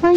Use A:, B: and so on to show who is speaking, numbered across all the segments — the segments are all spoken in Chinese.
A: 欢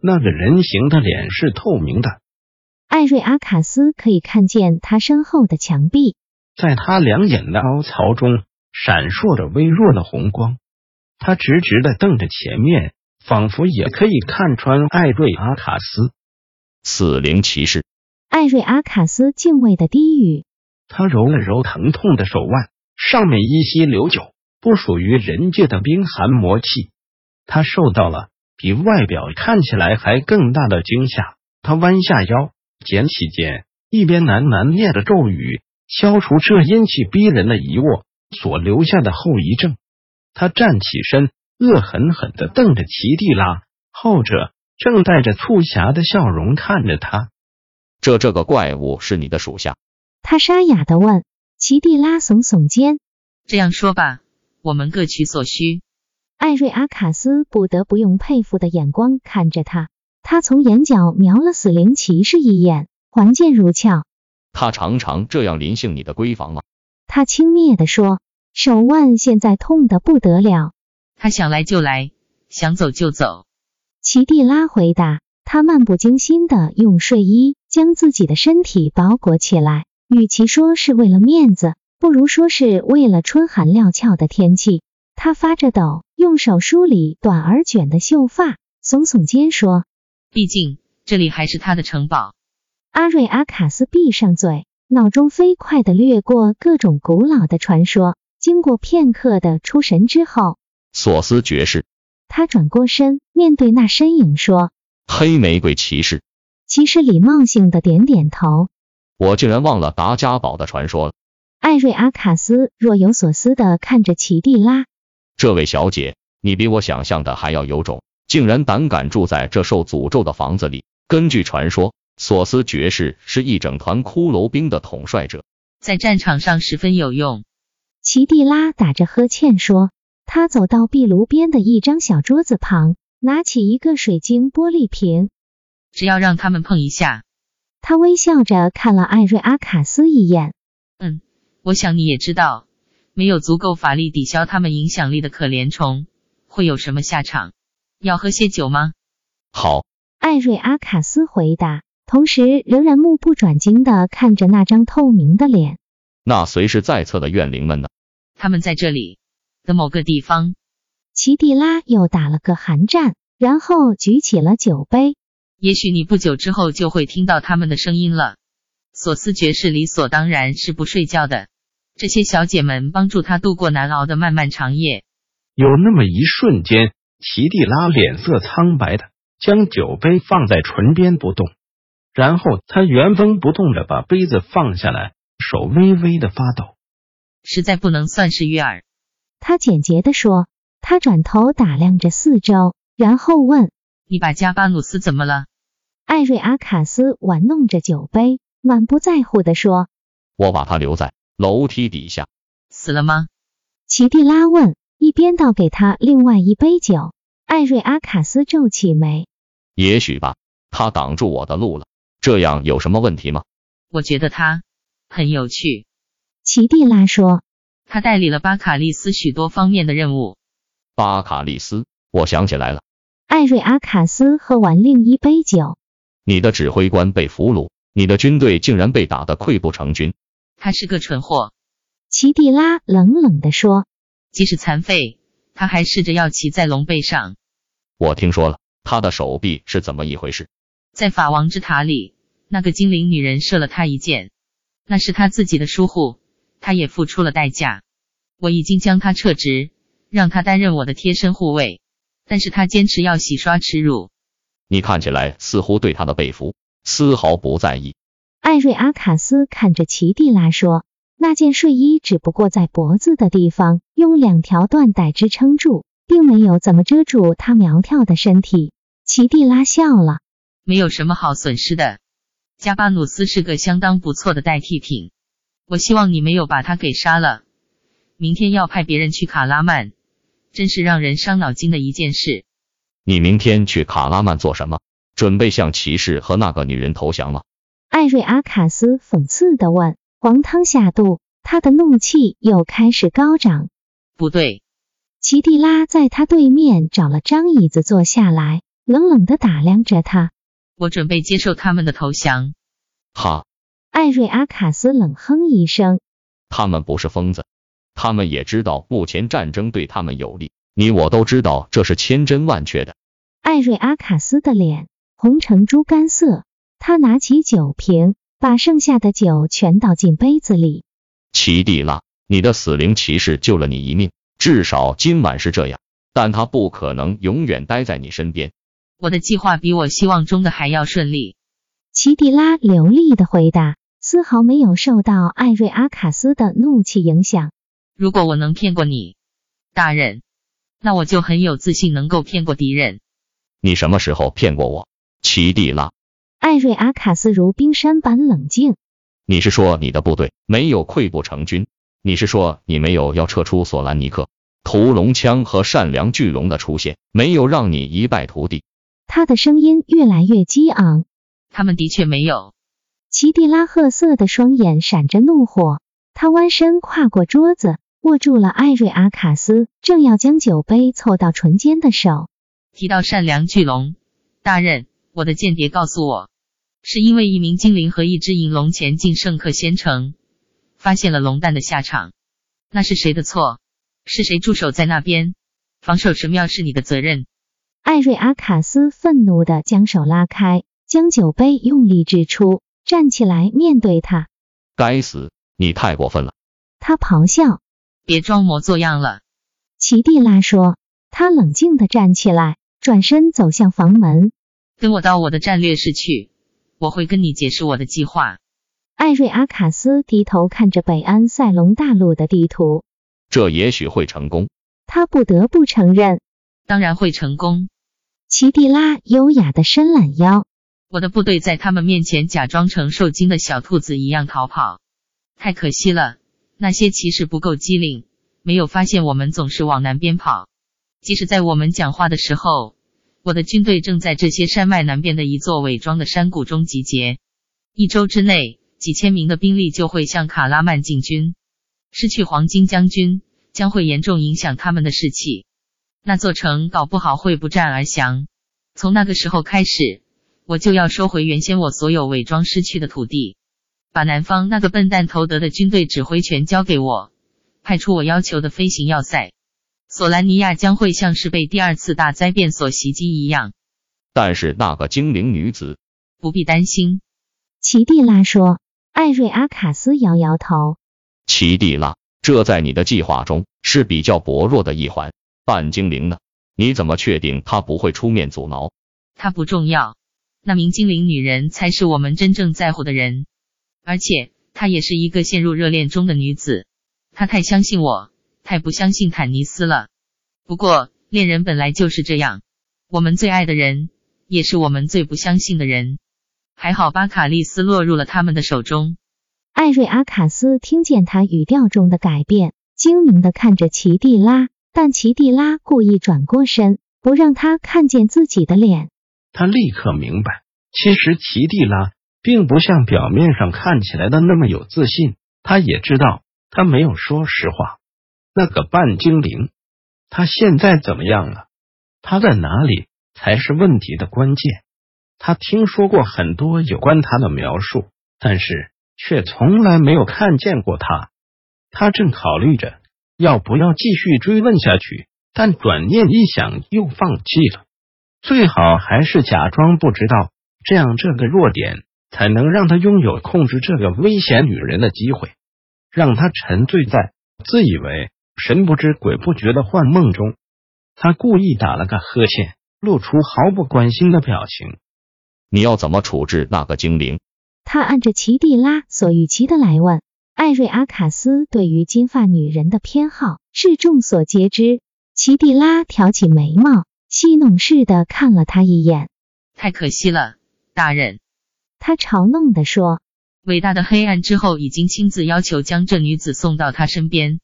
B: 那个人形的脸是透明的，
A: 艾瑞阿卡斯可以看见他身后的墙壁。
B: 在他两眼的凹槽中闪烁着微弱的红光。他直直的瞪着前面，仿佛也可以看穿艾瑞阿卡斯。
C: 死灵骑士，
A: 艾瑞阿卡斯敬畏的低语。
B: 他揉了揉疼痛的手腕，上面依稀留有不属于人界的冰寒魔气。他受到了比外表看起来还更大的惊吓。他弯下腰，捡起剑，一边喃喃念着咒语，消除这阴气逼人的疑惑所留下的后遗症。他站起身，恶狠狠的瞪着奇蒂拉，后者正带着促狭的笑容看着他。
C: 这这个怪物是你的属下。
A: 他沙哑的问。奇蒂拉耸耸肩。
D: 这样说吧，我们各取所需。
A: 艾瑞阿卡斯不得不用佩服的眼光看着他。他从眼角瞄了死灵骑士一眼，还剑如鞘。
C: 他常常这样临幸你的闺房吗？
A: 他轻蔑地说：“手腕现在痛得不得了。
D: 他想来就来，想走就走。”
A: 奇蒂拉回答。他漫不经心的用睡衣将自己的身体包裹起来，与其说是为了面子，不如说是为了春寒料峭的天气。他发着抖，用手梳理短而卷的秀发，耸耸肩说：“
D: 毕竟这里还是他的城堡。
A: 阿瑞阿卡斯闭上嘴，脑中飞快地掠过各种古老的传说。经过片刻的出神之后，
C: 索斯爵士，
A: 他转过身，面对那身影说
C: 黑玫瑰骑士。：“
A: 骑士礼貌性的点点头。
C: 我竟然忘了达加堡的传说了。”
A: 艾瑞阿卡斯若有所思地看着奇蒂拉，
C: 这位小姐，你比我想象的还要有种，竟然胆敢住在这受诅咒的房子里。根据传说，索斯爵士是一整团骷髅兵的统帅者。
D: 在战场上十分有用。
A: 奇蒂拉打着呵欠说。他走到壁炉边的一张小桌子旁，拿起一个水晶玻璃瓶，
D: 只要让他们碰一下，
A: 他微笑着看了艾瑞阿卡斯一眼。
D: 我想你也知道，没有足够法力抵消他们影响力的可怜虫会有什么下场。要喝些酒吗？
C: 好，
A: 艾瑞阿卡斯回答，同时仍然目不转睛地看着那张透明的脸。
C: 那随时在侧的怨灵们呢？
D: 他们在这里的某个地方。
A: 奇蒂拉又打了个寒战，然后举起了酒杯。
D: 也许你不久之后就会听到他们的声音了。索斯爵士理所当然是不睡觉的，这些小姐们帮助他度过难熬的漫漫长夜。
B: 有那么一瞬间，奇蒂拉脸色苍白的将酒杯放在唇边不动，然后他原封不动的把杯子放下来，手微微的发抖。
D: 实在不能算是悦耳。
A: 他简洁地说。他转头打量着四周，然后问
D: 你把加巴努斯怎么了？
A: 艾瑞阿卡斯，玩弄着酒杯，满不在乎地说
C: 我把他留在楼梯底下。
D: 死了吗？：“
A: 奇蒂拉问。”一边倒给他另外一杯酒。艾瑞阿卡斯皱起眉。
C: 也许吧，他挡住我的路了。这样有什么问题吗？
D: 我觉得他很有趣。
A: 奇蒂拉说
D: 他代理了巴卡利斯许多方面的任务。
C: 巴卡利斯，我想起来了，：“
A: 艾瑞阿卡斯喝完另一杯酒，
C: 你的指挥官被俘虏，你的军队竟然被打得溃不成军。
D: 他是个蠢货，
A: 奇蒂拉冷冷地说
D: 即使残废，他还试着要骑在龙背上。
C: 我听说了，他的手臂是怎么一回事？
D: 在法王之塔里，那个精灵女人射了他一箭，那是他自己的疏忽，他也付出了代价。我已经将他撤职，让他担任我的贴身护卫，但是他坚持要洗刷耻辱。
C: 你看起来似乎对他的被俘丝毫不在意。：“
A: 艾瑞阿卡斯看着奇蒂拉说，那件睡衣只不过在脖子的地方用两条缎带支撑住，并没有怎么遮住他苗条的身体。齐蒂拉笑了。
D: 没有什么好损失的。加巴努斯是个相当不错的代替品，我希望你没有把他给杀了。明天要派别人去卡拉曼，真是让人伤脑筋的一件事。
C: 你明天去卡拉曼做什么？准备向骑士和那个女人投降吗？
A: 艾瑞阿卡斯讽刺地问。黄汤下肚，他的怒气又开始高涨。
D: 不对，
A: 齐蒂拉在他对面找了张椅子坐下来，冷冷地打量着他。
D: 我准备接受他们的投降。
C: 哈，
A: 艾瑞阿卡斯冷哼一声。
C: 他们不是疯子，他们也知道目前战争对他们有利。你我都知道这是千真万确的。
A: 艾瑞阿卡斯的脸红成猪肝色，他拿起酒瓶，把剩下的酒全倒进杯子里。
C: 奇蒂拉，你的死灵骑士救了你一命，至少今晚是这样。但他不可能永远待在你身边。
D: 我的计划比我希望中的还要顺利。
A: 齐蒂拉流利的回答，丝毫没有受到艾瑞阿卡斯的怒气影响。
D: 如果我能骗过你，大人，那我就很有自信能够骗过敌人。
C: 你什么时候骗过我，奇蒂拉？
A: 艾瑞阿卡斯如冰山般冷静。
C: 你是说你的部队没有溃不成军？你是说你没有要撤出索兰尼克？屠龙枪和善良巨龙的出现没有让你一败涂地？
A: 他的声音越来越激昂。
D: 他们的确没有。
A: 齐蒂拉褐色的双眼闪着怒火，他弯身跨过桌子，握住了艾瑞阿卡斯正要将酒杯凑到唇尖的手。
D: 提到善良巨龙，大人，我的间谍告诉我，是因为一名精灵和一只银龙前进圣克仙城，发现了龙蛋的下场。那是谁的错？是谁驻守在那边？防守神庙是你的责任。
A: 艾瑞阿卡斯愤怒的将手拉开，将酒杯用力掷出，站起来面对他。
C: 该死，你太过分了！
A: 他咆哮。
D: 别装模作样了，
A: 齐蒂拉说。他冷静的站起来，转身走向房门。
D: 跟我到我的战略室去，我会跟你解释我的计划。
A: 艾瑞阿卡斯低头看着北安塞隆大陆的地图，
C: 这也许会成功。
A: 他不得不承认，
D: 当然会成功。
A: 齐蒂拉优雅的伸懒腰。
D: 我的部队在他们面前假装成受惊的小兔子一样逃跑，太可惜了。那些骑士不够机灵，没有发现我们总是往南边跑。即使在我们讲话的时候，我的军队正在这些山脉南边的一座伪装的山谷中集结。一周之内，几千名的兵力就会向卡拉曼进军。失去黄金将军，将会严重影响他们的士气。那座城搞不好会不战而降。从那个时候开始，我就要收回原先我所有伪装失去的土地，把南方那个笨蛋头德的军队指挥权交给我，派出我要求的飞行要塞。索兰尼亚将会像是被第二次大灾变所袭击一样。
C: 但是那个精灵女子，
D: 不必担心，
A: 齐蒂拉说。艾瑞阿卡斯摇摇头。
C: 奇蒂拉，这在你的计划中是比较薄弱的一环。半精灵呢？你怎么确定她不会出面阻挠？
D: 它不重要。那名精灵女人才是我们真正在乎的人，而且她也是一个陷入热恋中的女子。她太相信我，太不相信坦尼斯了。不过，恋人本来就是这样，我们最爱的人，也是我们最不相信的人。还好巴卡利斯落入了他们的手中。
A: 艾瑞阿卡斯听见他语调中的改变，精明的看着齐蒂拉，但齐蒂拉故意转过身，不让他看见自己的脸。
B: 他立刻明白，其实齐蒂拉并不像表面上看起来的那么有自信。他也知道，他没有说实话。那个半精灵，他现在怎么样了？他在哪里才是问题的关键？他听说过很多有关他的描述，但是却从来没有看见过他。他正考虑着要不要继续追问下去，但转念一想，又放弃了。最好还是假装不知道，这样这个弱点才能让他拥有控制这个危险女人的机会，让他沉醉在自以为神不知鬼不觉的幻梦中。他故意打了个呵欠，露出毫不关心的表情。
C: 你要怎么处置那个精灵？
A: 他按着齐蒂拉所预期的来问。艾瑞阿卡斯对于金发女人的偏好是众所皆知，奇蒂拉挑起眉毛，戏弄似的看了他一眼。
D: 太可惜了，大人。
A: 他嘲弄地说
D: 伟大的黑暗之后已经亲自要求将这女子送到他身边，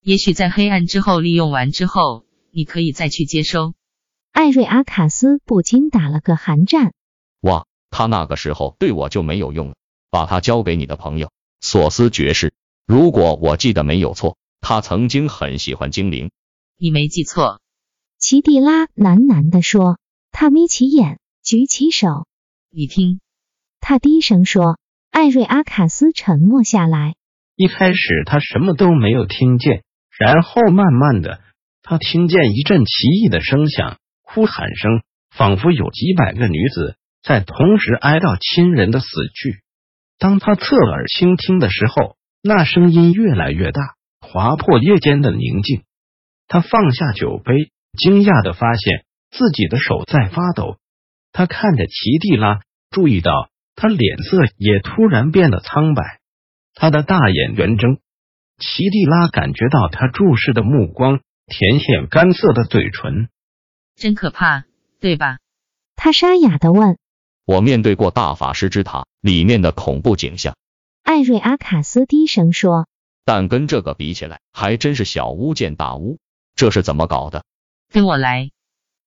D: 也许在黑暗之后利用完之后，你可以再去接收。：“
A: 艾瑞阿卡斯不禁打了个寒战。
C: 哇，他那个时候对我就没有用了，把他交给你的朋友索斯爵士。如果我记得没有错，他曾经很喜欢精灵。
D: 你没记错，”
A: 奇蒂拉喃喃地说。他眯起眼，举起手。
D: 你听，
A: 他低声说：“艾瑞阿卡斯沉默下来。
B: 一开始他什么都没有听见，然后慢慢的，他听见一阵奇异的声响，哭喊声，仿佛有几百个女子在同时哀悼亲人的死去。当他侧耳倾听的时候，那声音越来越大，划破夜间的宁静。他放下酒杯，惊讶的发现自己的手在发抖。他看着奇蒂拉，注意到他脸色也突然变得苍白。他的大眼圆睁。奇蒂拉感觉到他注视的目光，舔舔干涩的嘴唇。
D: 真可怕，对吧？”
A: 他沙哑地问
C: 我面对过大法师之塔里面的恐怖景象，
A: 艾瑞阿卡斯，低声说
C: 但跟这个比起来，还真是小巫见大巫。这是怎么搞的？
D: 跟我来，：“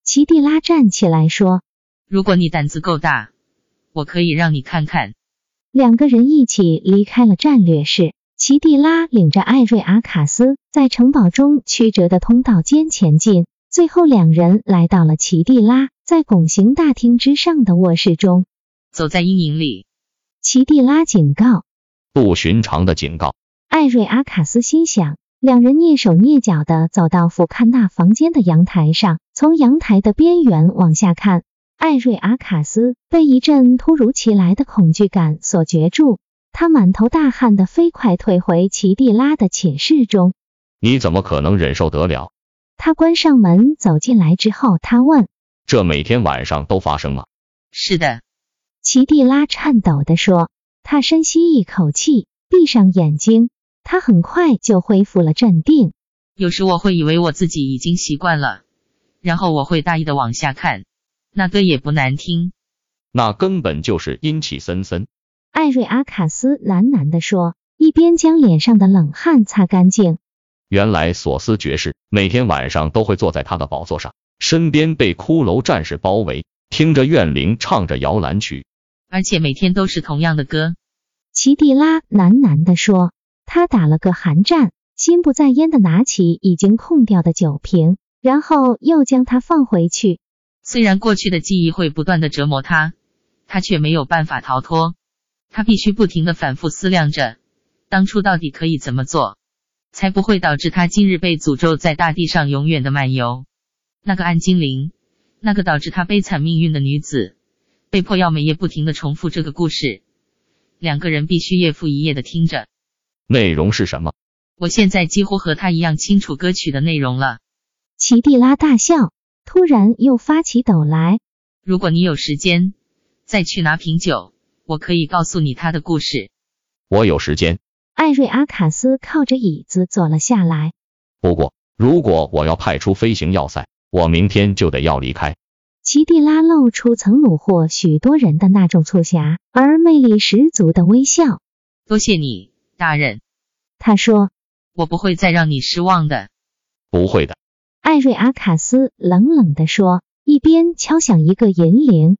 A: 奇蒂拉站起来说。”
D: 如果你胆子够大，我可以让你看看。
A: 两个人一起离开了战略室。奇蒂拉领着艾瑞阿卡斯在城堡中曲折的通道间前进，最后两人来到了奇蒂拉在拱形大厅之上的卧室中。
D: 走在阴影里，
A: 奇蒂拉警告
C: 不寻常的警告！
A: 艾瑞阿卡斯，心想，两人蹑手蹑脚的走到俯瞰那房间的阳台上，从阳台的边缘往下看。艾瑞阿卡斯被一阵突如其来的恐惧感所攫住，他满头大汗的飞快退回奇蒂拉的寝室中。
C: 你怎么可能忍受得了？
A: 他关上门走进来之后，他问
C: 这每天晚上都发生吗？
D: 是的，
A: 奇蒂拉颤抖地说。他深吸一口气，闭上眼睛，他很快就恢复了镇定。
D: 有时我会以为我自己已经习惯了，然后我会大意的往下看，那歌也不难听。
C: 那根本就是阴气森森。
A: 艾瑞阿卡斯喃喃地说，一边将脸上的冷汗擦干净。
C: 原来索斯爵士每天晚上都会坐在他的宝座上，身边被骷髅战士包围，听着怨灵唱着摇篮曲。
D: 而且每天都是同样的歌。
A: 奇蒂拉喃喃地说，他打了个寒战，心不在焉地拿起已经空掉的酒瓶，然后又将它放回去。
D: 虽然过去的记忆会不断的折磨他，他却没有办法逃脱。他必须不停的反复思量着，当初到底可以怎么做，才不会导致他今日被诅咒在大地上永远的漫游。那个暗精灵，那个导致他悲惨命运的女子，被迫要每夜不停的重复这个故事。两个人必须夜复一夜的听着。
C: 内容是什么？
D: 我现在几乎和他一样清楚歌曲的内容了。
A: 奇蒂拉大笑，突然又发起抖来。
D: 如果你有时间，再去拿瓶酒，我可以告诉你他的故事。
C: 我有时间，
A: 艾瑞阿卡斯靠着椅子坐了下来。
C: 不过如果我要派出飞行要塞，我明天就得要离开。
A: 奇蒂拉露出曾虏获许多人的那种促狭而魅力十足的微笑。
D: 多谢你，大人，
A: 他说
D: 我不会再让你失望的。
C: 不会的，：“
A: 艾瑞阿卡斯冷冷地说，一边敲响一个银铃。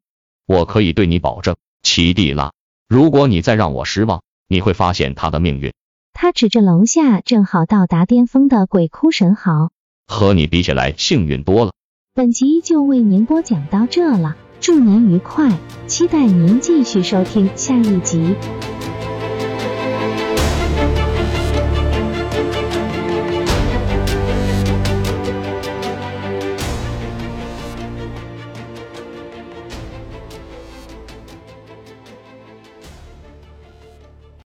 C: 我可以对你保证，奇蒂拉，如果你再让我失望，你会发现他的命运
A: 他指着楼下正好到达巅峰的鬼哭神嚎。
C: 和你比起来幸运多了。
A: 本集就为您播讲到这了，祝您愉快，期待您继续收听下一集。